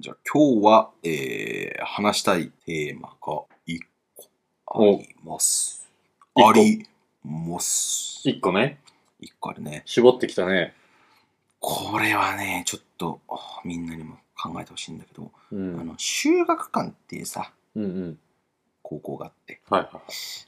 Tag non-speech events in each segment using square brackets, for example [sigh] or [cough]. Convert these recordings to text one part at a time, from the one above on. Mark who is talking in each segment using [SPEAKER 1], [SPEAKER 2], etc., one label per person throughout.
[SPEAKER 1] じゃあ今日は、えー、話したいテーマが1個あります。
[SPEAKER 2] お
[SPEAKER 1] あります。
[SPEAKER 2] 一個ね、
[SPEAKER 1] 1個あるね。
[SPEAKER 2] 絞ってきたね。
[SPEAKER 1] これはね、ちょっとあみんなにも考えてほしいんだけど、あ
[SPEAKER 2] うん。
[SPEAKER 1] の修学館っていうさ、
[SPEAKER 2] うんうん。
[SPEAKER 1] 高校があって、
[SPEAKER 2] はいは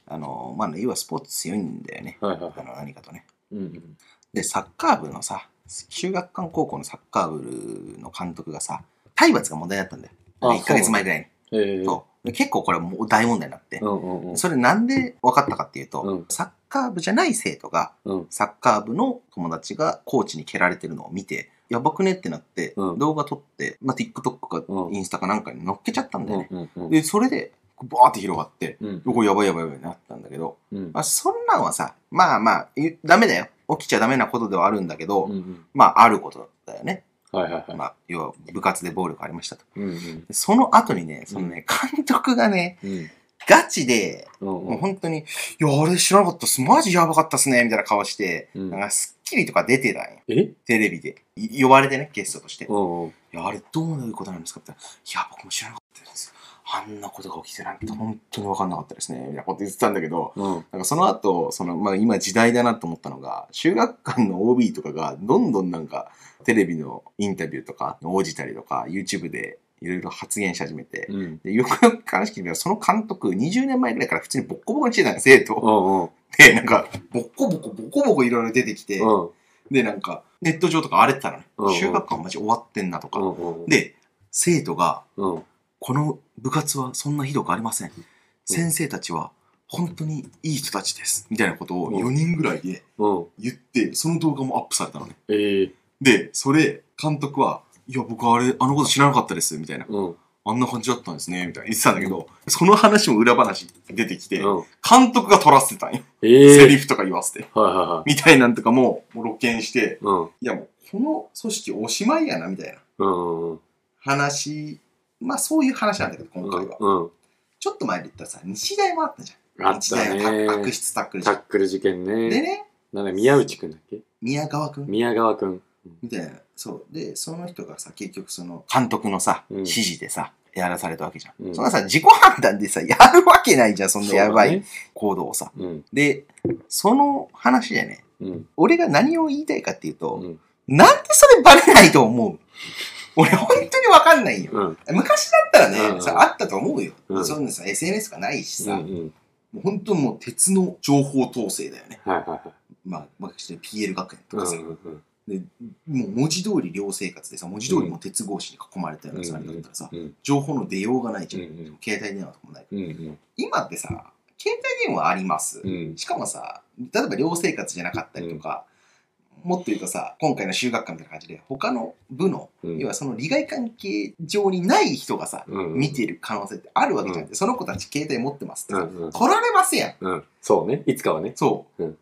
[SPEAKER 1] あの、まあね、要はスポーツ強いんだよね。
[SPEAKER 2] い。はいはい
[SPEAKER 1] あ
[SPEAKER 2] は
[SPEAKER 1] の何かとね。
[SPEAKER 2] い。うんうん。
[SPEAKER 1] で、サッカー部のさ、修学館高校のサッカー部の監督がさ、体罰が問題だったんだよ。
[SPEAKER 2] あ
[SPEAKER 1] 1ヶ月前ぐらいに。
[SPEAKER 2] ええ。
[SPEAKER 1] そうで結構これもう大問題になって
[SPEAKER 2] う。んうんうん。
[SPEAKER 1] それなんで分かったかっていうと、
[SPEAKER 2] うん
[SPEAKER 1] サッカー部じゃない生徒が、
[SPEAKER 2] うん
[SPEAKER 1] サッカー部の友達がコーチに蹴られてるのを見て、やばくねってなって、
[SPEAKER 2] うん
[SPEAKER 1] 動画撮って、まあ、TikTok か
[SPEAKER 2] うん
[SPEAKER 1] インスタかなんかに載っけちゃったんだよね。
[SPEAKER 2] うんうんうん。
[SPEAKER 1] で、それで、バーって広がって、
[SPEAKER 2] うん
[SPEAKER 1] これやばいやばいやばいなったんだけど、
[SPEAKER 2] うん。
[SPEAKER 1] まあ、そんなんはさ、まあまあ、言ダメだよ。起きちゃダメなことではあるんだけど、
[SPEAKER 2] うんうん。
[SPEAKER 1] まあ、あることだよね。
[SPEAKER 2] はいはいは
[SPEAKER 1] まあ、要は部活で暴力ありましたと。
[SPEAKER 2] い。うんう
[SPEAKER 1] で
[SPEAKER 2] ん
[SPEAKER 1] その後にね、そのね、監督がね、
[SPEAKER 2] うん。
[SPEAKER 1] ガチで、
[SPEAKER 2] うんう。
[SPEAKER 1] もうん本当に、いや、あれ知らなかったっす。マジやばかったっすね。みたいな顔して、
[SPEAKER 2] うん
[SPEAKER 1] なんか、スッキリとか出てたんよ。
[SPEAKER 2] え
[SPEAKER 1] テレビで。い呼ばれてね、ゲストとして。い
[SPEAKER 2] うんうん。
[SPEAKER 1] や、あれどういうことなんですかって言ったら、いや、僕も知らなかったです。あんなことが起きてなんて本当にわかんなかったですね。みたいなこと言ってたんだけど、
[SPEAKER 2] うん。
[SPEAKER 1] なんかその後、その、まあ今時代だなと思ったのが、修学館の OB とかが、どんどんなんか、テレビのインタビューとか、応じたりとか、YouTube でいろいろ発言し始めて、
[SPEAKER 2] うん。
[SPEAKER 1] でよくよく話聞いてみたら、その監督、20年前ぐらいから普通にボッコボコにしてたんですよ、生徒
[SPEAKER 2] う
[SPEAKER 1] を。
[SPEAKER 2] んうん。
[SPEAKER 1] で、なんか、ボッコボコ、ボコボコいろいろ出てきて、
[SPEAKER 2] うん
[SPEAKER 1] で、なんか、ネット上とか荒れてたのね
[SPEAKER 2] うん。
[SPEAKER 1] 修学館マジ終わってんなと
[SPEAKER 2] う
[SPEAKER 1] か。
[SPEAKER 2] んうん。
[SPEAKER 1] で、生徒が、
[SPEAKER 2] うん。
[SPEAKER 1] この部活はそんなひどくありません。先生たちは、本当にいい人たちです。みたいなことを
[SPEAKER 2] うん
[SPEAKER 1] 4人ぐらいで
[SPEAKER 2] うん。
[SPEAKER 1] 言って、その動画もアップされたのね。
[SPEAKER 2] ええ。
[SPEAKER 1] で、それ、監督は、いや、僕あれ、あのこと知らなかったです、みたいな。
[SPEAKER 2] うん。
[SPEAKER 1] あんな感じだったんですね、みたいな言ってたんだけど、その話も裏話出てきて、
[SPEAKER 2] うん。
[SPEAKER 1] 監督が取らせてたんよ。
[SPEAKER 2] え
[SPEAKER 1] セ
[SPEAKER 2] え。
[SPEAKER 1] リフとか言わせて。
[SPEAKER 2] はいはいは
[SPEAKER 1] みたいなんとかも、もう露見して、
[SPEAKER 2] い。うん。
[SPEAKER 1] いやもう、この組織おしまいやな、みたいな
[SPEAKER 2] うんうん。
[SPEAKER 1] 話、まあそういう話なんだけど、今回は。
[SPEAKER 2] うん。
[SPEAKER 1] ちょっと前で言ったらさ、日大もあったじゃ
[SPEAKER 2] あ
[SPEAKER 1] ん。
[SPEAKER 2] っ
[SPEAKER 1] 日
[SPEAKER 2] た
[SPEAKER 1] 大の悪悪
[SPEAKER 2] ね。
[SPEAKER 1] 質タックルじ
[SPEAKER 2] タ
[SPEAKER 1] ゃ
[SPEAKER 2] ッ
[SPEAKER 1] ん。
[SPEAKER 2] クル事件
[SPEAKER 1] で
[SPEAKER 2] ね。
[SPEAKER 1] ね、
[SPEAKER 2] なんだ、宮内くんだっけ
[SPEAKER 1] 宮川くん
[SPEAKER 2] 宮川くん。
[SPEAKER 1] みたいな。そう。で、その人がさ、結局その、監督のさ、
[SPEAKER 2] うん
[SPEAKER 1] 指示でさ、やらされたわけじゃん。
[SPEAKER 2] うん
[SPEAKER 1] そんなさ、自己判断でさ、やるわけないじゃん、そんなやばい。行動をさ。
[SPEAKER 2] そうだね。
[SPEAKER 1] で、その話でね、
[SPEAKER 2] うん。うん。
[SPEAKER 1] 俺が何を言いたいかっていうと、
[SPEAKER 2] うん。
[SPEAKER 1] なんでそれバレないと思う俺本当にわかんないよ。
[SPEAKER 2] うん。
[SPEAKER 1] 昔だったらね、
[SPEAKER 2] うん
[SPEAKER 1] さあったと思うよ。
[SPEAKER 2] うん
[SPEAKER 1] そんなさ、SNS がないし
[SPEAKER 2] う
[SPEAKER 1] さ、
[SPEAKER 2] んうん。
[SPEAKER 1] もう本当にもう鉄の情報統制だよね。
[SPEAKER 2] はいはいはい。
[SPEAKER 1] まあ、まあ、して PL 学園と
[SPEAKER 2] う
[SPEAKER 1] かさ、
[SPEAKER 2] んうんう
[SPEAKER 1] で、
[SPEAKER 2] ん。
[SPEAKER 1] もう文字通り寮生活でさ、文字通りもう鉄格子に囲まれたようなさ、あれだったらさ、
[SPEAKER 2] うん
[SPEAKER 1] 情報の出ようがないじゃん。
[SPEAKER 2] うんうん
[SPEAKER 1] 携帯電話とかもないから。
[SPEAKER 2] うん
[SPEAKER 1] 今ってさ、携帯電話あります。
[SPEAKER 2] うん。うん。
[SPEAKER 1] しかもさ、例えば寮生活じゃなかったりとか、もっと言うとさ、今回の修学館みたいな感じで、他の部の、
[SPEAKER 2] うん
[SPEAKER 1] 要はその利害関係上にない人がさ、
[SPEAKER 2] うんうん
[SPEAKER 1] 見てる可能性ってあるわけじゃん。その子たち携帯持ってますって
[SPEAKER 2] う
[SPEAKER 1] さ、
[SPEAKER 2] んうん。
[SPEAKER 1] 取られますやん。
[SPEAKER 2] うん。そうね。いつかはね。
[SPEAKER 1] そう。
[SPEAKER 2] うん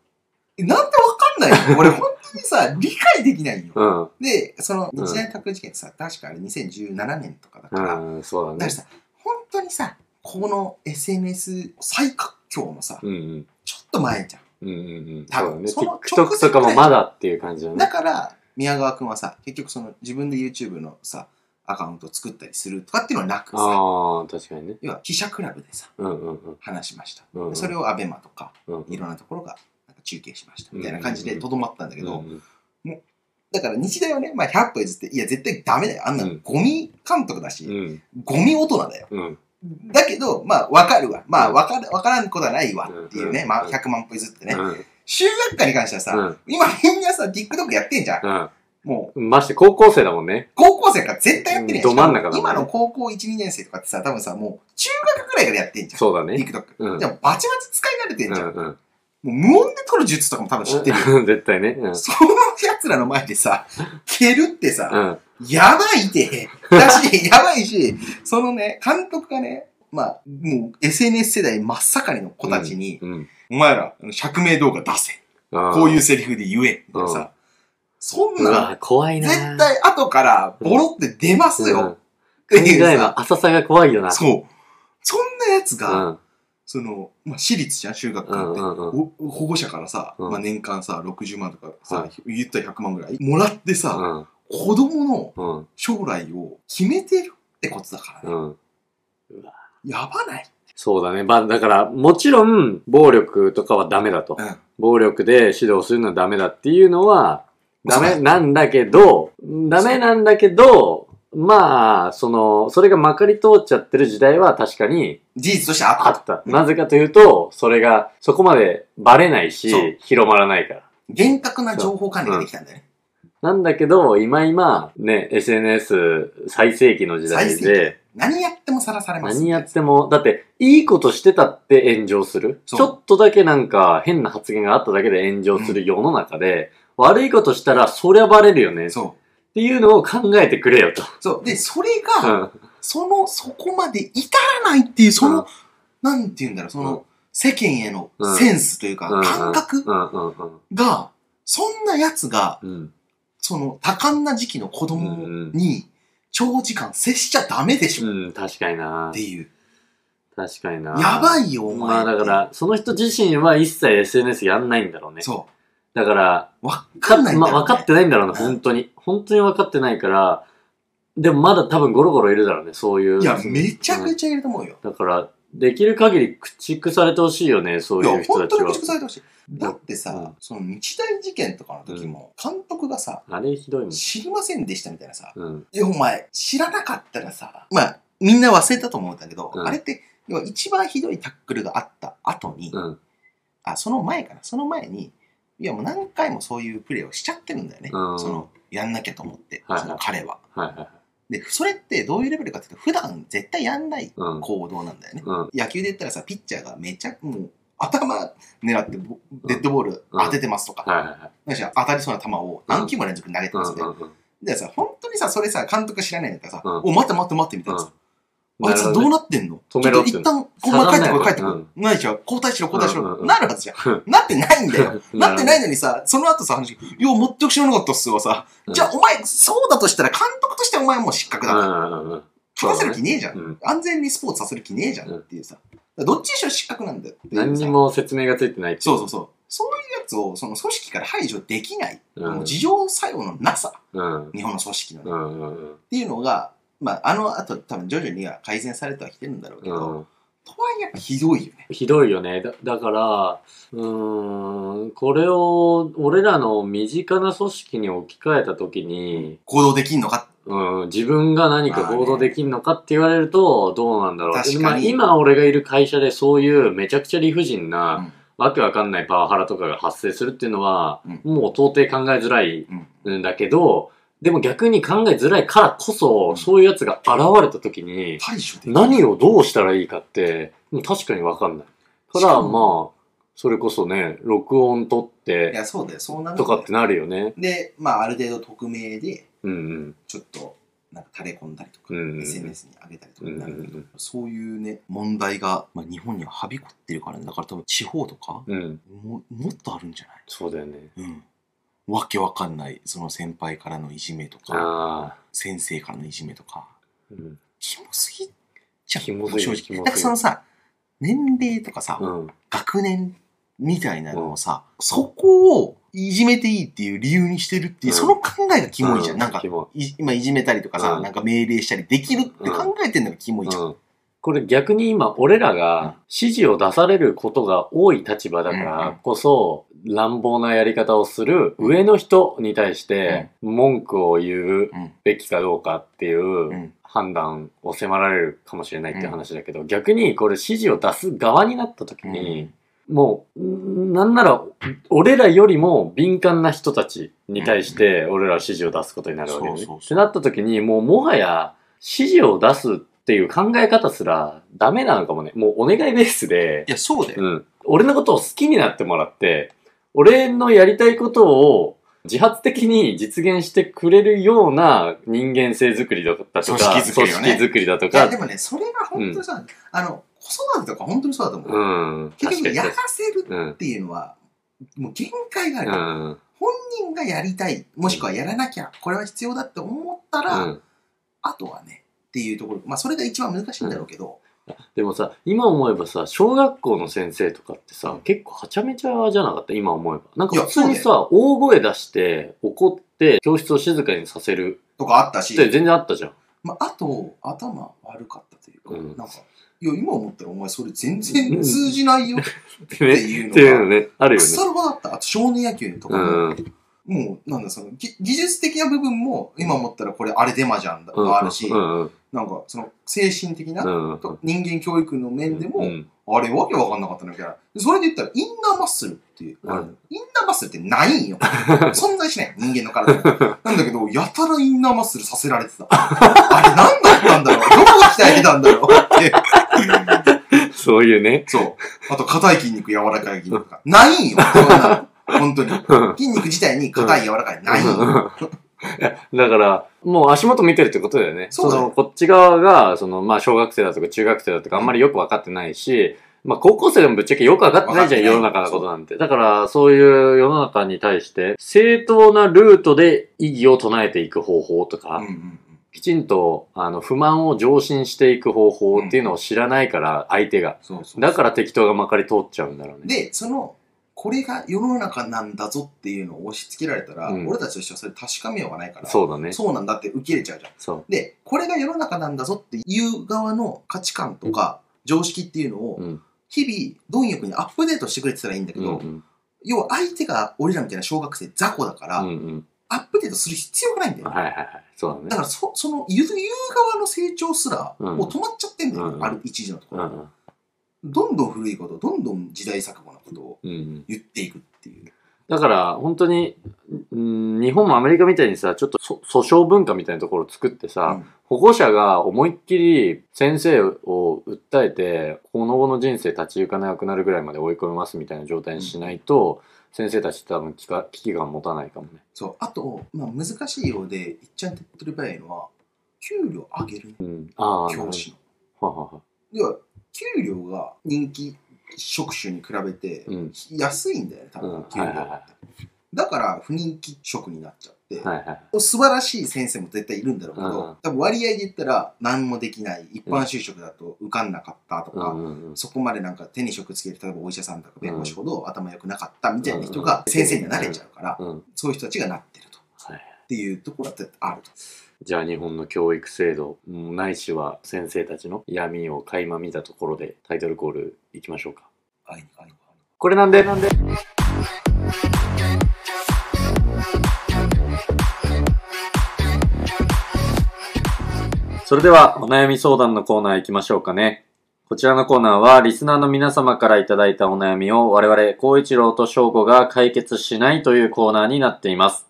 [SPEAKER 1] えなんでわかんない
[SPEAKER 2] [laughs]
[SPEAKER 1] の俺本当にさ、理解できないよ。
[SPEAKER 2] うん。
[SPEAKER 1] で、その日大核事件ってさ、確かあれ2017年とかだから、だ
[SPEAKER 2] うん。そう
[SPEAKER 1] か
[SPEAKER 2] だ
[SPEAKER 1] ら
[SPEAKER 2] ね。
[SPEAKER 1] さ、本当にさ、この SNS 最活況のさ、
[SPEAKER 2] うんうん。
[SPEAKER 1] ちょっと前じゃん。
[SPEAKER 2] うんうんうん。
[SPEAKER 1] 多
[SPEAKER 2] そうだ
[SPEAKER 1] 分
[SPEAKER 2] ね。
[SPEAKER 1] その直
[SPEAKER 2] TikTok
[SPEAKER 1] 接
[SPEAKER 2] とかもまだっていう感じだ
[SPEAKER 1] だ
[SPEAKER 2] ね。
[SPEAKER 1] から、宮川くんはさ、結局その自分で YouTube のさ、アカウントを作ったりするとかっていうのはなくさ、
[SPEAKER 2] ああ、確かにね。
[SPEAKER 1] 要は記者クラブでさ、
[SPEAKER 2] うんうんうん
[SPEAKER 1] 話しました。
[SPEAKER 2] うんう
[SPEAKER 1] で
[SPEAKER 2] ん。
[SPEAKER 1] それをアベマとか、
[SPEAKER 2] うんうん、
[SPEAKER 1] いろんなところがなんか中継しました。みたいな感じでとどまったんだけど、
[SPEAKER 2] うんうん
[SPEAKER 1] だから日大はね、まあ100歩譲って、いや絶対ダメだよ。あんな
[SPEAKER 2] うん
[SPEAKER 1] ゴミ監督だし、
[SPEAKER 2] うん
[SPEAKER 1] ゴミ大人だよ。
[SPEAKER 2] うん。
[SPEAKER 1] だけど、まあわかるわ。まあわかる、わからんことはないわっていうね、
[SPEAKER 2] うん
[SPEAKER 1] まあ100万歩譲ってね
[SPEAKER 2] う。ん
[SPEAKER 1] 修学館に関しては
[SPEAKER 2] う
[SPEAKER 1] さ、
[SPEAKER 2] ん
[SPEAKER 1] 今みんなさ、TikTok やってんじゃん。
[SPEAKER 2] うん
[SPEAKER 1] もう
[SPEAKER 2] まして高校生だもんね。
[SPEAKER 1] 高校生から絶対やってるや
[SPEAKER 2] うんど真ん中だもんね
[SPEAKER 1] 今の高校1、2年生とかってさ、多分さ、もう中学ぐらいからやってんじゃん。
[SPEAKER 2] そうだね。
[SPEAKER 1] TikTok。
[SPEAKER 2] うん。
[SPEAKER 1] でもバチバチ使い慣れてんじゃん。
[SPEAKER 2] うんうん
[SPEAKER 1] もう無音で撮る術とかも多分知ってるよ。
[SPEAKER 2] うん絶対ね。うん。
[SPEAKER 1] その奴らの前でさ、蹴るって
[SPEAKER 2] う
[SPEAKER 1] さ、
[SPEAKER 2] ん。
[SPEAKER 1] やばいで。だし、やばいし、そのね、監督がね、まあ、もう SNS 世代真っ盛りの子たちに、
[SPEAKER 2] うん。
[SPEAKER 1] お前ら、あの釈明動画出せ。
[SPEAKER 2] こ
[SPEAKER 1] こういううセリフで言え。みたいな
[SPEAKER 2] うん
[SPEAKER 1] さ、そん
[SPEAKER 2] ん。う
[SPEAKER 1] な
[SPEAKER 2] わ、怖い
[SPEAKER 1] ん、
[SPEAKER 2] な。
[SPEAKER 1] 絶対後からボロって出ます
[SPEAKER 2] う
[SPEAKER 1] よ
[SPEAKER 2] ん。。
[SPEAKER 1] って
[SPEAKER 2] 考
[SPEAKER 1] いう
[SPEAKER 2] え
[SPEAKER 1] さ
[SPEAKER 2] の [laughs] 浅さが怖いよな。
[SPEAKER 1] そう。そんなやつ
[SPEAKER 2] う
[SPEAKER 1] が、
[SPEAKER 2] ん。
[SPEAKER 1] その、まあ、私立じゃん、修学
[SPEAKER 2] うん
[SPEAKER 1] 館って。
[SPEAKER 2] うんうん。
[SPEAKER 1] お保護者からさ、
[SPEAKER 2] うん
[SPEAKER 1] まあ、年間さ、60万とかさ、
[SPEAKER 2] は
[SPEAKER 1] 言ったら100万ぐらいもらって
[SPEAKER 2] う
[SPEAKER 1] さ、
[SPEAKER 2] ん。
[SPEAKER 1] 子供の
[SPEAKER 2] うん。
[SPEAKER 1] 将来を決めてるってことだから
[SPEAKER 2] う
[SPEAKER 1] ね。
[SPEAKER 2] ん。
[SPEAKER 1] やばない
[SPEAKER 2] そうだね。まあ、だから、もちろん、暴力とかはダメだと
[SPEAKER 1] う。ん。
[SPEAKER 2] 暴力で指導するのはダメだっていうのは、ダ
[SPEAKER 1] そう
[SPEAKER 2] メ
[SPEAKER 1] だ
[SPEAKER 2] なんだけど、ダメなんだけど、まあ、その、それがまかり通っちゃってる時代は確かに
[SPEAKER 1] 事実としてあった
[SPEAKER 2] あ
[SPEAKER 1] と。
[SPEAKER 2] った。なぜかというと、それがそこまでバレない
[SPEAKER 1] そう
[SPEAKER 2] し、広まらないから。
[SPEAKER 1] 厳格な情報管理ができたんだよね。
[SPEAKER 2] なんだけど、今今、ね、SNS 最盛期の時代
[SPEAKER 1] 最盛
[SPEAKER 2] で、
[SPEAKER 1] 何やってもさらされます。
[SPEAKER 2] 何やっても、だって、いいことしてたって炎上する。
[SPEAKER 1] そう
[SPEAKER 2] ちょっとだけなんか変な発言があっただけで炎上する世の中で、悪いことしたらそりゃバレるよね。っ
[SPEAKER 1] そ
[SPEAKER 2] ていうのを考えてくれよと
[SPEAKER 1] う。。そう。で、それ
[SPEAKER 2] う
[SPEAKER 1] が、
[SPEAKER 2] ん。
[SPEAKER 1] その、そこまで至らないっていう、その、
[SPEAKER 2] うん
[SPEAKER 1] なんて言うんだろう、その、
[SPEAKER 2] うん
[SPEAKER 1] 世間への
[SPEAKER 2] うん
[SPEAKER 1] センスというか、
[SPEAKER 2] うん
[SPEAKER 1] 感覚
[SPEAKER 2] うんうんうん
[SPEAKER 1] が、そんな奴が、
[SPEAKER 2] うん。
[SPEAKER 1] その、多感な時期の子供に、長時間接しちゃダメでしょっ
[SPEAKER 2] うん、確かにな
[SPEAKER 1] ていう。
[SPEAKER 2] 確かにな
[SPEAKER 1] やばいよ、お
[SPEAKER 2] ま
[SPEAKER 1] 前。
[SPEAKER 2] あだから、その人自身は一切 SNS やんないんだろうね。
[SPEAKER 1] そ
[SPEAKER 2] だから、
[SPEAKER 1] う。わっかんないんだ
[SPEAKER 2] ま
[SPEAKER 1] よ、ね。
[SPEAKER 2] 分かってないんだろうね、
[SPEAKER 1] うん
[SPEAKER 2] 本当に。本当に分かってないから、でもまだ多分ゴロゴロいるだろうね、そういう。
[SPEAKER 1] いや、めちゃ
[SPEAKER 2] ち
[SPEAKER 1] くちゃいると思うよ。
[SPEAKER 2] だから、できる限り駆逐されてほしいよね、そう
[SPEAKER 1] い
[SPEAKER 2] いう
[SPEAKER 1] や、
[SPEAKER 2] 人た
[SPEAKER 1] 本
[SPEAKER 2] ち
[SPEAKER 1] 当に
[SPEAKER 2] は
[SPEAKER 1] 駆。逐されてほしい。だってさ、
[SPEAKER 2] うん
[SPEAKER 1] その日大事件とかの時も、監督がさ、
[SPEAKER 2] あれひどいもん。
[SPEAKER 1] 知りませんでしたみたいなさ、
[SPEAKER 2] うん。
[SPEAKER 1] え、お前、知らなかったらさ、まあ、みんな忘れたと思うんだけど、
[SPEAKER 2] うん
[SPEAKER 1] あれって、要は一番ひどいタックルがあった後に、
[SPEAKER 2] うん。
[SPEAKER 1] あ、その前かな、その前に、いやもう何回もそういうプレーをしちゃってるんだよね。
[SPEAKER 2] うん
[SPEAKER 1] その、やんなきゃと思って、
[SPEAKER 2] はいはい
[SPEAKER 1] その彼は。
[SPEAKER 2] はいはいはい。
[SPEAKER 1] で、それってどういうレベルかっていうと、普段絶対やんない
[SPEAKER 2] うん。
[SPEAKER 1] 行動なんだよね。
[SPEAKER 2] うん。
[SPEAKER 1] 野球で言ったらさ、ピッチャーがめちゃ、もう、頭狙ってボ、デッドボール当ててますとか、
[SPEAKER 2] はいはいはい。
[SPEAKER 1] ないしは当たりそうな球を何球も連続に投げて
[SPEAKER 2] うん
[SPEAKER 1] ます
[SPEAKER 2] う
[SPEAKER 1] よね。
[SPEAKER 2] んうん。
[SPEAKER 1] でさ、本当にさ、それさ、監督が知らないんだったらさ、
[SPEAKER 2] うん
[SPEAKER 1] お、待って待って待ってみたいなさ、
[SPEAKER 2] うん
[SPEAKER 1] あいつどうなってんの
[SPEAKER 2] 止めろって
[SPEAKER 1] ちょっと一旦、お前帰ってこい、帰ってこい。
[SPEAKER 2] うん
[SPEAKER 1] ないじゃん、交代しろ、交代しろ、
[SPEAKER 2] うんうんうん
[SPEAKER 1] なるはずじゃん。なってないんだよ。なってないのにさ、その後さ、話、よう持っておく知らなかったっすよ、さ。
[SPEAKER 2] うん
[SPEAKER 1] じゃあ、お前、そうだとしたら、監督としてお前もう失格だ。
[SPEAKER 2] うんうんうん
[SPEAKER 1] 勝たせる気ねえじゃん。
[SPEAKER 2] うん。
[SPEAKER 1] 安全にスポーツさせる気ねえじゃん
[SPEAKER 2] うん
[SPEAKER 1] っていうさ。だからどっちにしろ失格なんだよっていうさ
[SPEAKER 2] 何に。も説明がついてないってい
[SPEAKER 1] そうそうそう。そういうやつを、その組織から排除できない、
[SPEAKER 2] うん
[SPEAKER 1] もう事情作用のなさ、
[SPEAKER 2] うん。
[SPEAKER 1] 日本の組織のね。
[SPEAKER 2] う
[SPEAKER 1] っ
[SPEAKER 2] んうんうん。
[SPEAKER 1] ていうのが、まあ、あの後、多分徐々には改善されてはきてるんだろうけど、
[SPEAKER 2] うん
[SPEAKER 1] とはいえやっぱひどいよね。
[SPEAKER 2] ひどいよね。だだから、うーん、これを、俺らの身近な組織に置き換えたときに、
[SPEAKER 1] 行動できんのか
[SPEAKER 2] うん、自分が何か行動できるのかって言われると、どうなんだろう。
[SPEAKER 1] 確かに
[SPEAKER 2] まあ今俺がいる会社でそういうめちゃくちゃ理不尽な、
[SPEAKER 1] うん
[SPEAKER 2] わけわかんないパワハラとかが発生するっていうのは、
[SPEAKER 1] うん
[SPEAKER 2] もう到底考えづらい
[SPEAKER 1] うん
[SPEAKER 2] んだけど、でも逆に考えづらいからこそ、
[SPEAKER 1] うん
[SPEAKER 2] そういうやつが現れたときに、
[SPEAKER 1] 対処できない
[SPEAKER 2] 何をどうしたらいいかって、もう確かにわかんない。か、
[SPEAKER 1] しから
[SPEAKER 2] ま
[SPEAKER 1] も
[SPEAKER 2] あ、それこそね、録音撮っ
[SPEAKER 1] い
[SPEAKER 2] て
[SPEAKER 1] や、そうだよ、そうなる
[SPEAKER 2] とかってなるよね。
[SPEAKER 1] で、まあ、ある程度匿名で、
[SPEAKER 2] うん
[SPEAKER 1] ちょっと、なんか垂れ込んだりとか、
[SPEAKER 2] うんうんうん
[SPEAKER 1] SNS に上げたりと
[SPEAKER 2] うん。う
[SPEAKER 1] かに
[SPEAKER 2] ん
[SPEAKER 1] な
[SPEAKER 2] う
[SPEAKER 1] るけど、
[SPEAKER 2] ん
[SPEAKER 1] そういうね、問題が、まあ、日本にははびこってるからね、だから多分地方とか、
[SPEAKER 2] うん。うん。
[SPEAKER 1] ももっとあるんじゃない
[SPEAKER 2] そうだよね。
[SPEAKER 1] うん。わけわかんない、その先輩からのいじめとか、
[SPEAKER 2] ああ。
[SPEAKER 1] 先生からのいじめとか、
[SPEAKER 2] うん。
[SPEAKER 1] キモすぎじゃん。
[SPEAKER 2] キモすぎ
[SPEAKER 1] 正
[SPEAKER 2] キモすぎ
[SPEAKER 1] 直。なんかそのさ、年齢とかさ、
[SPEAKER 2] うん。
[SPEAKER 1] 学年みたいなのをさ、そこをいじめていいっていう理由にしてるっていう、
[SPEAKER 2] うん
[SPEAKER 1] その考えがキモいじゃん。
[SPEAKER 2] う
[SPEAKER 1] なんか
[SPEAKER 2] キ、モ
[SPEAKER 1] い今いじめたりとかさ、
[SPEAKER 2] うん
[SPEAKER 1] なんか命令したりできるって考えてんのがキモ
[SPEAKER 2] い。
[SPEAKER 1] いじゃん。
[SPEAKER 2] うん。これ逆に今、俺らが指示を出されることが多い立場だ
[SPEAKER 1] う
[SPEAKER 2] か
[SPEAKER 1] んうん
[SPEAKER 2] らこそ、乱暴なやり方をする上の人に対して、文句を言う
[SPEAKER 1] うん。
[SPEAKER 2] べきかどうかっていう
[SPEAKER 1] うん。
[SPEAKER 2] 判断を迫られるかもしれないっていう話だけど、逆にこれ指示を出す側になった時に、もうんなんなら俺らよりも敏感な人たちに対して俺らは指示を出すことになるわけ
[SPEAKER 1] そう
[SPEAKER 2] で
[SPEAKER 1] そう
[SPEAKER 2] ね
[SPEAKER 1] そう。
[SPEAKER 2] ってなった時にもうもはや指示を出すっていう考え方すらダメなのかもね。もうお願いベースで
[SPEAKER 1] い、や、そうだよ。
[SPEAKER 2] うん、俺のことを好きになってもらって俺のやりたいことを自発的に実現してくれるような人間性づくりだとか、
[SPEAKER 1] 組織づくりよね
[SPEAKER 2] 組織づくりだと
[SPEAKER 1] いや、
[SPEAKER 2] か
[SPEAKER 1] で、もね、それが本当にさ、あの、子育てとか本当にそうだと思う。
[SPEAKER 2] うん、
[SPEAKER 1] 結
[SPEAKER 2] 確か
[SPEAKER 1] 局、
[SPEAKER 2] に
[SPEAKER 1] やら
[SPEAKER 2] 確か
[SPEAKER 1] せる
[SPEAKER 2] に。うん
[SPEAKER 1] っ、ていうのは、もう限界がある
[SPEAKER 2] う
[SPEAKER 1] から、
[SPEAKER 2] ん、うん
[SPEAKER 1] 本人がやりたい、もしくはやらなきゃ、これは必要だって思ったら、あとはね、っていうところ。まあ、それが一番難しいんだろうけど、
[SPEAKER 2] でもさ、今思えばさ、小学校の先生とかってさ、
[SPEAKER 1] うん
[SPEAKER 2] 結構はちゃめちゃじゃなかった今思えば。なん
[SPEAKER 1] い
[SPEAKER 2] か
[SPEAKER 1] や
[SPEAKER 2] 普通にさ、大声出して怒って教室を静かにさせる
[SPEAKER 1] とかあったし
[SPEAKER 2] っ、て全然あったじゃん。
[SPEAKER 1] まあ、あと、頭悪かったというか、
[SPEAKER 2] うん
[SPEAKER 1] なんか、いや、今思ったらお前それ全然通じないよっ
[SPEAKER 2] って
[SPEAKER 1] て
[SPEAKER 2] ね。
[SPEAKER 1] いう
[SPEAKER 2] っていうの
[SPEAKER 1] のが、
[SPEAKER 2] ね、あるよね。
[SPEAKER 1] 腐るほどあった。あと少年野球とか
[SPEAKER 2] う
[SPEAKER 1] も、
[SPEAKER 2] ん。
[SPEAKER 1] もう、なんだ、その、ぎ技術的な部分も、今思ったらこれあれデマじゃんだ、
[SPEAKER 2] うん
[SPEAKER 1] があるし、
[SPEAKER 2] うんうん
[SPEAKER 1] なんか、その、精神的な、
[SPEAKER 2] うん
[SPEAKER 1] と人間教育の面でも、
[SPEAKER 2] うん
[SPEAKER 1] あれわけわかんなかったなみたいな。でそれで言ったら、インナーマッスルっていう、
[SPEAKER 2] うん
[SPEAKER 1] あのインナーマッスルってない
[SPEAKER 2] [laughs]
[SPEAKER 1] んよ。存在しない、人間の体に。なんだけど、やたらインナーマッスルさせられてた。あれ何だったんだろうどこが鍛えてたんだろ
[SPEAKER 2] [laughs]
[SPEAKER 1] うって。
[SPEAKER 2] そういうね。
[SPEAKER 1] そう。あと、硬い筋肉、柔らかい筋肉が。ないんよ、そんなの。本当に。
[SPEAKER 2] [laughs] うん
[SPEAKER 1] 筋肉自体に硬い柔らかいないんよ。
[SPEAKER 2] いや [laughs] だから、もう足元見てるってことだよね。
[SPEAKER 1] そうだよ
[SPEAKER 2] のこっち側が、その、まあ、小学生だとか中学生だとかあんまりよく分かってないし、まあ、高校生でもぶっちゃけよく分かってないじゃん、
[SPEAKER 1] 分
[SPEAKER 2] 世
[SPEAKER 1] かってない
[SPEAKER 2] の中のことなんて。だから、そういう世の中に対して、正当なルートで意義を唱えていく方法とか、
[SPEAKER 1] うんうんうん
[SPEAKER 2] きちんと、あの、不満を上申していく方法っていうのを知らないから、相手が。
[SPEAKER 1] そうそう
[SPEAKER 2] だから適当がまかり通っちゃうんだろうね。
[SPEAKER 1] で、その、これが世の中なんだぞっていうのを押し付けられたら、
[SPEAKER 2] うん
[SPEAKER 1] 俺たちとしてはそれ確かめようがないから、
[SPEAKER 2] そうだね。
[SPEAKER 1] そうなんだって受け入れちゃうじゃん。
[SPEAKER 2] そう。
[SPEAKER 1] で、これが世の中なんだぞっていう側の価値観とか常識っていうの
[SPEAKER 2] う
[SPEAKER 1] を
[SPEAKER 2] ん、
[SPEAKER 1] 日々貪欲にアップデートしてくれてたらいいんだけ
[SPEAKER 2] うんう
[SPEAKER 1] ど、
[SPEAKER 2] ん
[SPEAKER 1] 要は相手が俺らみたいな小学生雑魚だから、
[SPEAKER 2] うんうん
[SPEAKER 1] アップデートする必要がないんだよ。
[SPEAKER 2] はいはいはい。そう
[SPEAKER 1] だ
[SPEAKER 2] だ
[SPEAKER 1] か
[SPEAKER 2] ね。
[SPEAKER 1] らそ、その言う言う側の成長すら、
[SPEAKER 2] うん
[SPEAKER 1] もう止まっちゃってんだよ、
[SPEAKER 2] うん
[SPEAKER 1] ある一時のとこ
[SPEAKER 2] う
[SPEAKER 1] ろ、
[SPEAKER 2] んうん
[SPEAKER 1] どんどん古いこと、どんどん時代錯誤なことを
[SPEAKER 2] うんうん。
[SPEAKER 1] 言っていくっていう。
[SPEAKER 2] だから、本当に、うん日本もアメリカみたいにさ、ちょっとそ訴訟文化みたいなところを作って
[SPEAKER 1] う
[SPEAKER 2] さ、
[SPEAKER 1] ん
[SPEAKER 2] 保護者が思いっきり先生を訴えて、この後の人生立ち行かなくなるぐらいまで追い込みますみたいな状態にしないと、先生たちって多分危か危機感持たないかもね。
[SPEAKER 1] そう。あと、まあ、難しいようで、いっちゃん手っ取り早いのは、給料上げるね
[SPEAKER 2] うん。ああ。
[SPEAKER 1] 教師の。
[SPEAKER 2] ははは。
[SPEAKER 1] 要は給料が人気職種に比べて
[SPEAKER 2] うん
[SPEAKER 1] 安いんだよね、多
[SPEAKER 2] う
[SPEAKER 1] 分
[SPEAKER 2] ん
[SPEAKER 1] 給料
[SPEAKER 2] はいはいは
[SPEAKER 1] って。だから不人気職になっちゃって、
[SPEAKER 2] はいはい。
[SPEAKER 1] 素晴らしい先生も絶対いるんだろうけど、
[SPEAKER 2] うん
[SPEAKER 1] 多分割合で言ったら何もできない一般就職だと受かんなかったと
[SPEAKER 2] う
[SPEAKER 1] か、
[SPEAKER 2] んうんうん。
[SPEAKER 1] そこまでなんか手に職つける例えばお医者さんとか弁護士ほど頭良くなかったみたいな人が
[SPEAKER 2] うん
[SPEAKER 1] 先生にはなれちゃうから、
[SPEAKER 2] うん。
[SPEAKER 1] そういう人たちがなってると。
[SPEAKER 2] はい
[SPEAKER 1] っていうところだってあると。
[SPEAKER 2] じゃあ日本の教育制度、うんないしは先生たちの闇を垣間見たところでタイトルコールいきましょうか。
[SPEAKER 1] あいにあいにあいに
[SPEAKER 2] これなんでなんでそれではお悩み相談のコーナー行きましょうかね。こちらのコーナーはリスナーの皆様からいただいたお悩みを我々、高一郎と翔吾が解決しないというコーナーになっています。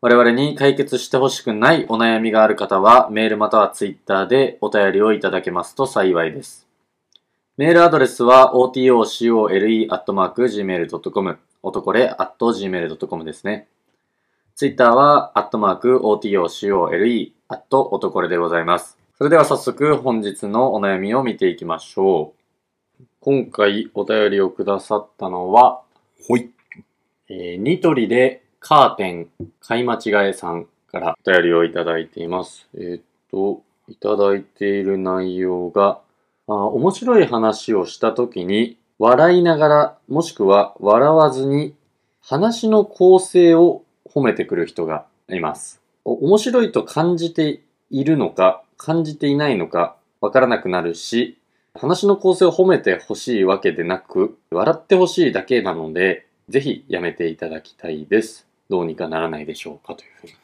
[SPEAKER 2] 我々に解決してほしくないお悩みがある方はメールまたはツイッターでお便りをいただけますと幸いです。メールアドレスは otocole.gmail.com 男れ .gmail.com ですね。ツイッターは otocole 男れでございます。それでは早速本日のお悩みを見ていきましょう。今回お便りをくださったのは、
[SPEAKER 1] ほい。
[SPEAKER 2] えーニトリでカーテン買い間違えさんからお便りをいただいています。えーっと、いただいている内容が、あー面白い話をした時に、笑いながら、もしくは笑わずに、話の構成を褒めてくる人がいます。お面白いと感じているのか、感じていないのか、わからなくなるし、話の構成を褒めてほしいわけでなく、笑ってほしいだけなので、ぜひやめていただきたいです。どうにかならないでしょうかというふうにい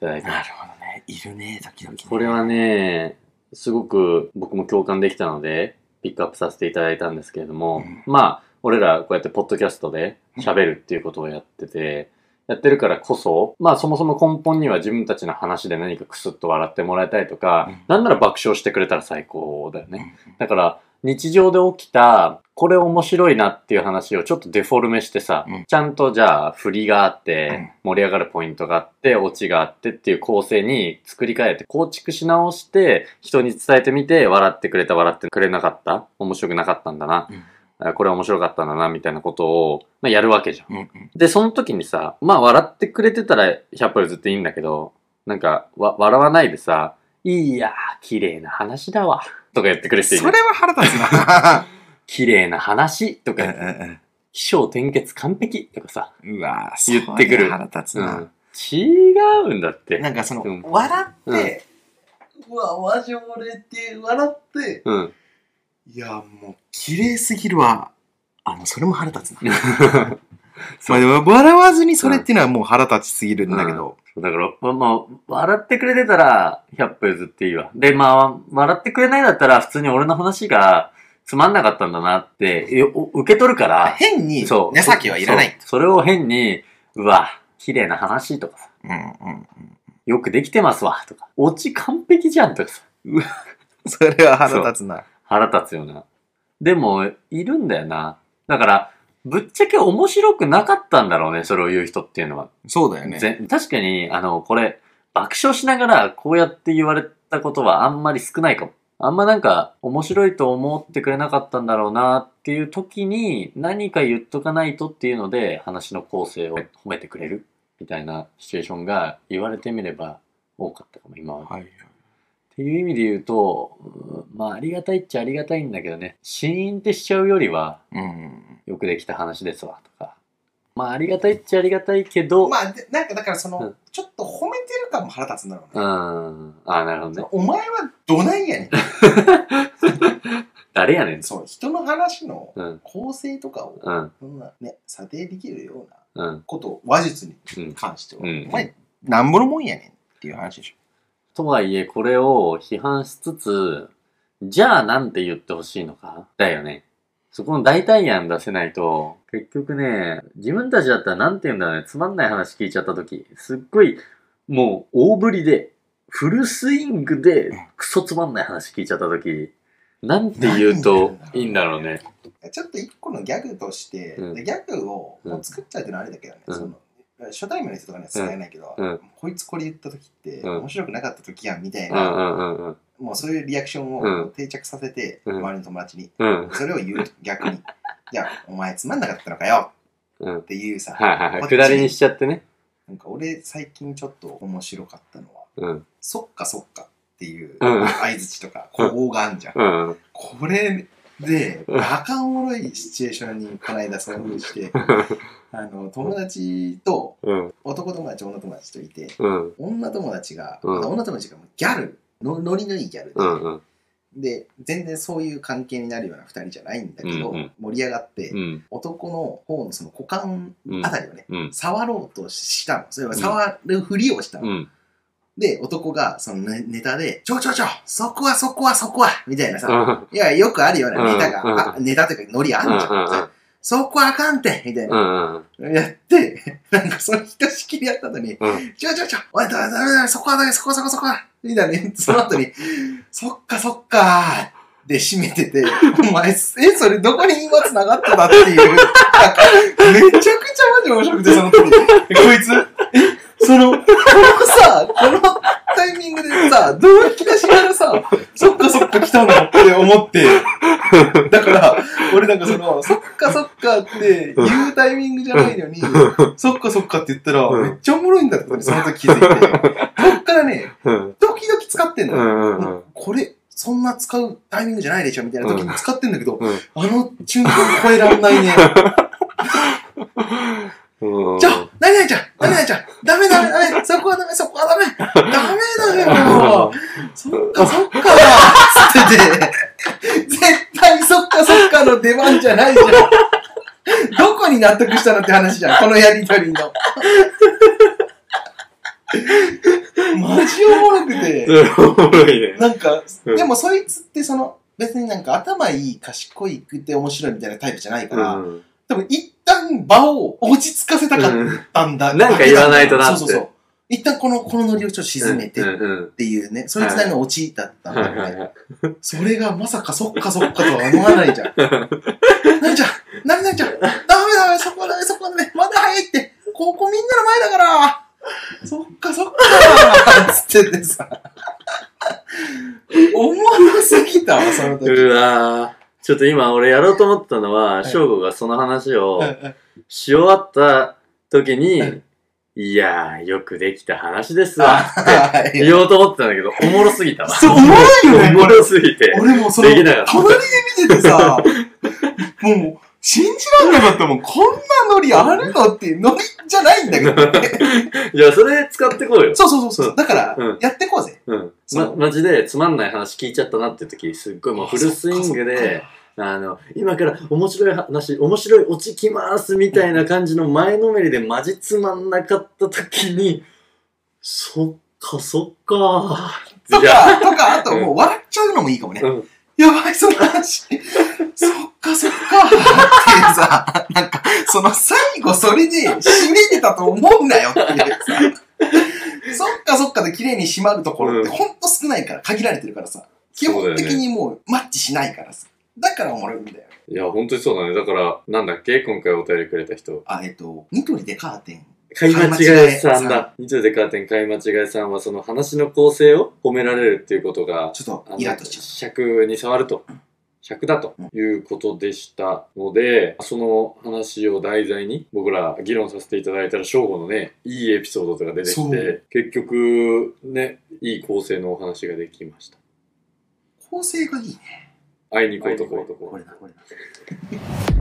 [SPEAKER 2] ただいてます
[SPEAKER 1] なるほどね。いるね、時々、
[SPEAKER 2] これはね、すごく僕も共感できたので、ピックアップさせていただいたんですけれども、
[SPEAKER 1] うん
[SPEAKER 2] まあ、俺らこうやってポッドキャストで喋るっていうことをやってて、やってるからこそ、まあそもそも根本には自分たちの話で何かクスッと笑ってもらいたいとか、
[SPEAKER 1] うん
[SPEAKER 2] なんなら爆笑してくれたら最高だよね。
[SPEAKER 1] ね。
[SPEAKER 2] だから、日常で起きた、これ面白いなっていう話をちょっとデフォルメしてさ、
[SPEAKER 1] うん
[SPEAKER 2] ちゃんとじゃあ振りがあっ
[SPEAKER 1] うん
[SPEAKER 2] て、盛り上がるポイントがあって、オチがあってっていう構成に作り変えて、構築し直して、人に伝えてみて、笑ってくれた、笑ってくれなかった、面白くなかったんだな、
[SPEAKER 1] うん
[SPEAKER 2] あこれは面白かったんだな、みたいなことを、まあ、やるわけじゃん。
[SPEAKER 1] うんうん
[SPEAKER 2] で、その時にさ、まあ笑ってくれてたら100歩譲っていいんだけど、なんか、わ、笑わないでさ、いやー、綺麗な話だわ。とか言ってくれていい
[SPEAKER 1] それは腹立つな。
[SPEAKER 2] 綺麗な話
[SPEAKER 1] [laughs]
[SPEAKER 2] と
[SPEAKER 1] うん
[SPEAKER 2] か、
[SPEAKER 1] うん
[SPEAKER 2] 起承転結完璧とかさ、
[SPEAKER 1] うんうわ
[SPEAKER 2] 言ってくる
[SPEAKER 1] それ腹立つ
[SPEAKER 2] う
[SPEAKER 1] な。
[SPEAKER 2] ん、違うんだって。
[SPEAKER 1] なんかその、
[SPEAKER 2] うん
[SPEAKER 1] 笑って、うわ、マジ俺って笑って、
[SPEAKER 2] うん。 [laughs]
[SPEAKER 1] いや、もう、綺麗すぎるわ。あの、それも腹立つな。
[SPEAKER 2] そ
[SPEAKER 1] まあでも、笑わずにそれっていうのはもう腹立ちすぎるんだけど、
[SPEAKER 2] だから、まあまあ、笑ってくれてたら、100歩譲っていいわ。で、まあ、笑ってくれないだったら、普通に俺の話がつまんなかったんだなって、えお受け取るから、
[SPEAKER 1] 変に情
[SPEAKER 2] そう。
[SPEAKER 1] けはいらない。
[SPEAKER 2] そうそれを変に、うわ、綺麗な話とかさ、
[SPEAKER 1] うんうん。
[SPEAKER 2] よくできてますわ、とか、オチ完璧じゃんとかさ、
[SPEAKER 1] それは腹立つな。
[SPEAKER 2] 腹立つよな。でも、いるんだよな。だから、ぶっちゃけ面白くなかったんだろうね、それを言う人っていうのは。
[SPEAKER 1] そうだよね。
[SPEAKER 2] ぜ確かに、あの、これ、爆笑しながらこうやって言われたことはあんまり少ないかも。あんまなんか面白いと思ってくれなかったんだろうなっていう時に何か言っとかないとっていうので話の構成を褒めてくれるみたいなシチュエーションが言われてみれば多かったかも今は。
[SPEAKER 1] はい。
[SPEAKER 2] っていう意味で言うと、うんまあありがたいっちゃありがたいんだけどね、シーンってしちゃうよりは
[SPEAKER 1] うん。
[SPEAKER 2] よくできた話ですわとか。まあありがたいっちゃありがたいけど、
[SPEAKER 1] まあ、でなんかだからその、
[SPEAKER 2] うん
[SPEAKER 1] ちょっと褒めてる感も腹立つんだろう
[SPEAKER 2] う
[SPEAKER 1] ね。
[SPEAKER 2] ん。あ、なるほどね。
[SPEAKER 1] お前はどないやねん。
[SPEAKER 2] 誰やねん。
[SPEAKER 1] そう、人の話の
[SPEAKER 2] うん。
[SPEAKER 1] 構成とかを、
[SPEAKER 2] うん。
[SPEAKER 1] そんなね、査定できるような
[SPEAKER 2] うん。
[SPEAKER 1] ことを話術に
[SPEAKER 2] うん。
[SPEAKER 1] 関しては、
[SPEAKER 2] うん
[SPEAKER 1] お前、なんぼのもんやねんっていう話でしょ。
[SPEAKER 2] とはいえ、これを批判しつつ、じゃあなんて言ってほしいのかだよね。そこの代替案出せないと、結局ね、自分たちだったらなんて言うんだろうね、つまんない話聞いちゃった時、すっごい、もう大振りで、フルスイングで、クソつまんない話聞いちゃった時、なんて言うといいんだろうね。
[SPEAKER 1] ちょっと一個のギャグとして、
[SPEAKER 2] うん
[SPEAKER 1] でギャグをもう作っちゃうっていうのはあれだけどね、
[SPEAKER 2] うん
[SPEAKER 1] その初対面の人とかには使えないけど、
[SPEAKER 2] うん
[SPEAKER 1] こいつこれ言った時って、
[SPEAKER 2] うん
[SPEAKER 1] 面白くなかった時やんみたい
[SPEAKER 2] うん
[SPEAKER 1] な、
[SPEAKER 2] うんうんうん。
[SPEAKER 1] もうそういうリアクション
[SPEAKER 2] う
[SPEAKER 1] を
[SPEAKER 2] ん
[SPEAKER 1] 定着させて、
[SPEAKER 2] うん
[SPEAKER 1] 周りの友達に、
[SPEAKER 2] うん。
[SPEAKER 1] それを言うと逆
[SPEAKER 2] [laughs]
[SPEAKER 1] に「いやお前つまんなかったのかよ」
[SPEAKER 2] うん
[SPEAKER 1] っ。ていうさ、
[SPEAKER 2] はいはいはい。下りにしちゃってね。
[SPEAKER 1] なんか俺最近ちょっと面白かったのは
[SPEAKER 2] うん。
[SPEAKER 1] 「そっかそっか」っていう
[SPEAKER 2] うん
[SPEAKER 1] 相槌とか口語があんじゃん。
[SPEAKER 2] うん。
[SPEAKER 1] これで
[SPEAKER 2] うん
[SPEAKER 1] バカおもろいシチュエーションにこの間遭遇してあの友達と
[SPEAKER 2] うん。
[SPEAKER 1] 男友達女友達といて
[SPEAKER 2] うん。
[SPEAKER 1] 女友達が、
[SPEAKER 2] うん
[SPEAKER 1] 女友達がもうギャルのノリのいいギャルで,、
[SPEAKER 2] うん。うん。
[SPEAKER 1] で全然そういう関係になるような2人じゃないんだけど、
[SPEAKER 2] うんうん
[SPEAKER 1] 盛り上がって、
[SPEAKER 2] うん。
[SPEAKER 1] 男の方のその股間
[SPEAKER 2] うん
[SPEAKER 1] あ。たりをね、
[SPEAKER 2] うん。
[SPEAKER 1] 触ろうとしたのそれは触るふりをしたの、
[SPEAKER 2] うん。
[SPEAKER 1] で男がそのネネタで「ちょちょちょそこはそこはそこは」みたいなさ、
[SPEAKER 2] うん。
[SPEAKER 1] いや、よくあるようなネタが、
[SPEAKER 2] うん
[SPEAKER 1] あネタというかノリあんじゃん。
[SPEAKER 2] うん
[SPEAKER 1] そこあかんてみたいな。
[SPEAKER 2] うん。
[SPEAKER 1] やって、なんかそのひとしきりやった後に、
[SPEAKER 2] うん
[SPEAKER 1] ちょちょちょ、おい、だめだめだめ、そこはだめ、そこはそこはそこはみたいなね、その後に、そっかそっかーで締めてて、お前、え、それどこに今繋がってたっていう、なんか、めちゃくちゃマジ面白くて、その時。えこいつ、え、その、このさ、このタイミングでさ、どう引き出しからさ、そっかそっか来たのって思って、だから、俺なんかその、そっかそっかって言うタイミングじゃないのに、そっかそっかって言ったら、
[SPEAKER 2] うん
[SPEAKER 1] めっちゃおもろいんだってことにその時気づいて、そっからね、
[SPEAKER 2] うん。
[SPEAKER 1] ドキドキ使ってん
[SPEAKER 2] う
[SPEAKER 1] のよ。
[SPEAKER 2] ん。うん。
[SPEAKER 1] これ、そんな使うタイミングじゃないでしょみたいな時に使ってんだけど、
[SPEAKER 2] うん
[SPEAKER 1] あの瞬間超えらんないね。
[SPEAKER 2] [laughs] うん。
[SPEAKER 1] ちょ、何々ちゃん、何々ちゃん、ダメダメダメ、そこはダメ、そこはダメ、ダメだよもう。そっかそっかつってて、絶対そっかそっかの出番じゃないじゃん。どこに納得したのって話じゃん、このやりとりの。マジおもろくて、
[SPEAKER 2] おもろいね。
[SPEAKER 1] なんか、
[SPEAKER 2] うん
[SPEAKER 1] でもそいつってその、別になんか頭いい、賢いくて面白いみたいなタイプじゃないから、
[SPEAKER 2] うん。
[SPEAKER 1] 多分一旦場を落ち着かせたかったったんだ。
[SPEAKER 2] なんか言わないとなって
[SPEAKER 1] そうそうそう。一旦この、このノリをちょっと沈めてっ
[SPEAKER 2] うん。
[SPEAKER 1] ていうね、そいつなりのオチだったん
[SPEAKER 2] はい
[SPEAKER 1] だ
[SPEAKER 2] は
[SPEAKER 1] よ
[SPEAKER 2] い
[SPEAKER 1] ね。
[SPEAKER 2] はい。
[SPEAKER 1] それがまさかそっかそっかとは思わないじ
[SPEAKER 2] [laughs]
[SPEAKER 1] ゃん。なにちゃん、なになにちゃん、ダメダメ、そこはダメ、そこはダメ、まだ早いって、ここみんなの前だから、そっかそっかつっててさ、思わなすぎたわ、その時。
[SPEAKER 2] うわーちょっと今俺やろうと思ったのは、翔吾がその話をし終わった時に、いやー、よくできた話ですわって言おうと思ったんだけど、おもろすぎたわ。
[SPEAKER 1] そう、おもろいよね、
[SPEAKER 2] お
[SPEAKER 1] こ
[SPEAKER 2] も
[SPEAKER 1] れ
[SPEAKER 2] ろすぎて。
[SPEAKER 1] 俺もそれ
[SPEAKER 2] でき、なかった。
[SPEAKER 1] 隣で見ててさ、もう、信じられなかったもん。こんなノリあるのっていうノリじゃないんだけ
[SPEAKER 2] [laughs]
[SPEAKER 1] どね。
[SPEAKER 2] いや、それ使ってこうよ。
[SPEAKER 1] そうそうそうそう。だから
[SPEAKER 2] うん、
[SPEAKER 1] やってこうぜ。
[SPEAKER 2] うん。
[SPEAKER 1] そ
[SPEAKER 2] ま、
[SPEAKER 1] う
[SPEAKER 2] マジでつまんない話聞いちゃったなって時、すっごいもうフルスイング
[SPEAKER 1] そっかそっ
[SPEAKER 2] で
[SPEAKER 1] か、
[SPEAKER 2] あの、今から面白い話、面白いオチきますみたいな感じの前のめりでマジつまんなかった時に、そっかそっか
[SPEAKER 1] と
[SPEAKER 2] じゃあ、
[SPEAKER 1] か、とか、あともう笑っちゃうのもいいかもね。
[SPEAKER 2] うん。
[SPEAKER 1] やばい、その話。そっか、そっか。っていうさ、なんか、その最後それで締めてたと思うなよっていうさ。そっかそっかで綺麗に締まるところって
[SPEAKER 2] うん
[SPEAKER 1] ほんと少ないから、限られてるからさ。基本的にもうマッチしないからさ。だからおもろいんだよ。
[SPEAKER 2] いや、本当にそうだね。だから、なんだっけ今回お便りくれた人。
[SPEAKER 1] あ、えっと、ニトリでカーテン。
[SPEAKER 2] 買い間違えさん
[SPEAKER 1] 買い間違え
[SPEAKER 2] だ。ニトリでカーテン買い間違えさんは、その話の構成を褒められるっていうことが、
[SPEAKER 1] ちょっ
[SPEAKER 2] あの
[SPEAKER 1] とイラッとしちゃ
[SPEAKER 2] 尺に触ると。尺だということでしたので、その話を題材に僕ら議論させていただいたら、正午のね、いいエピソードとか出てき
[SPEAKER 1] そ
[SPEAKER 2] て
[SPEAKER 1] う、
[SPEAKER 2] 結局、ね、いい構成のお話ができました。
[SPEAKER 1] う。構成がいいね。
[SPEAKER 2] 会いに行こうとこ
[SPEAKER 1] これだ、これだ。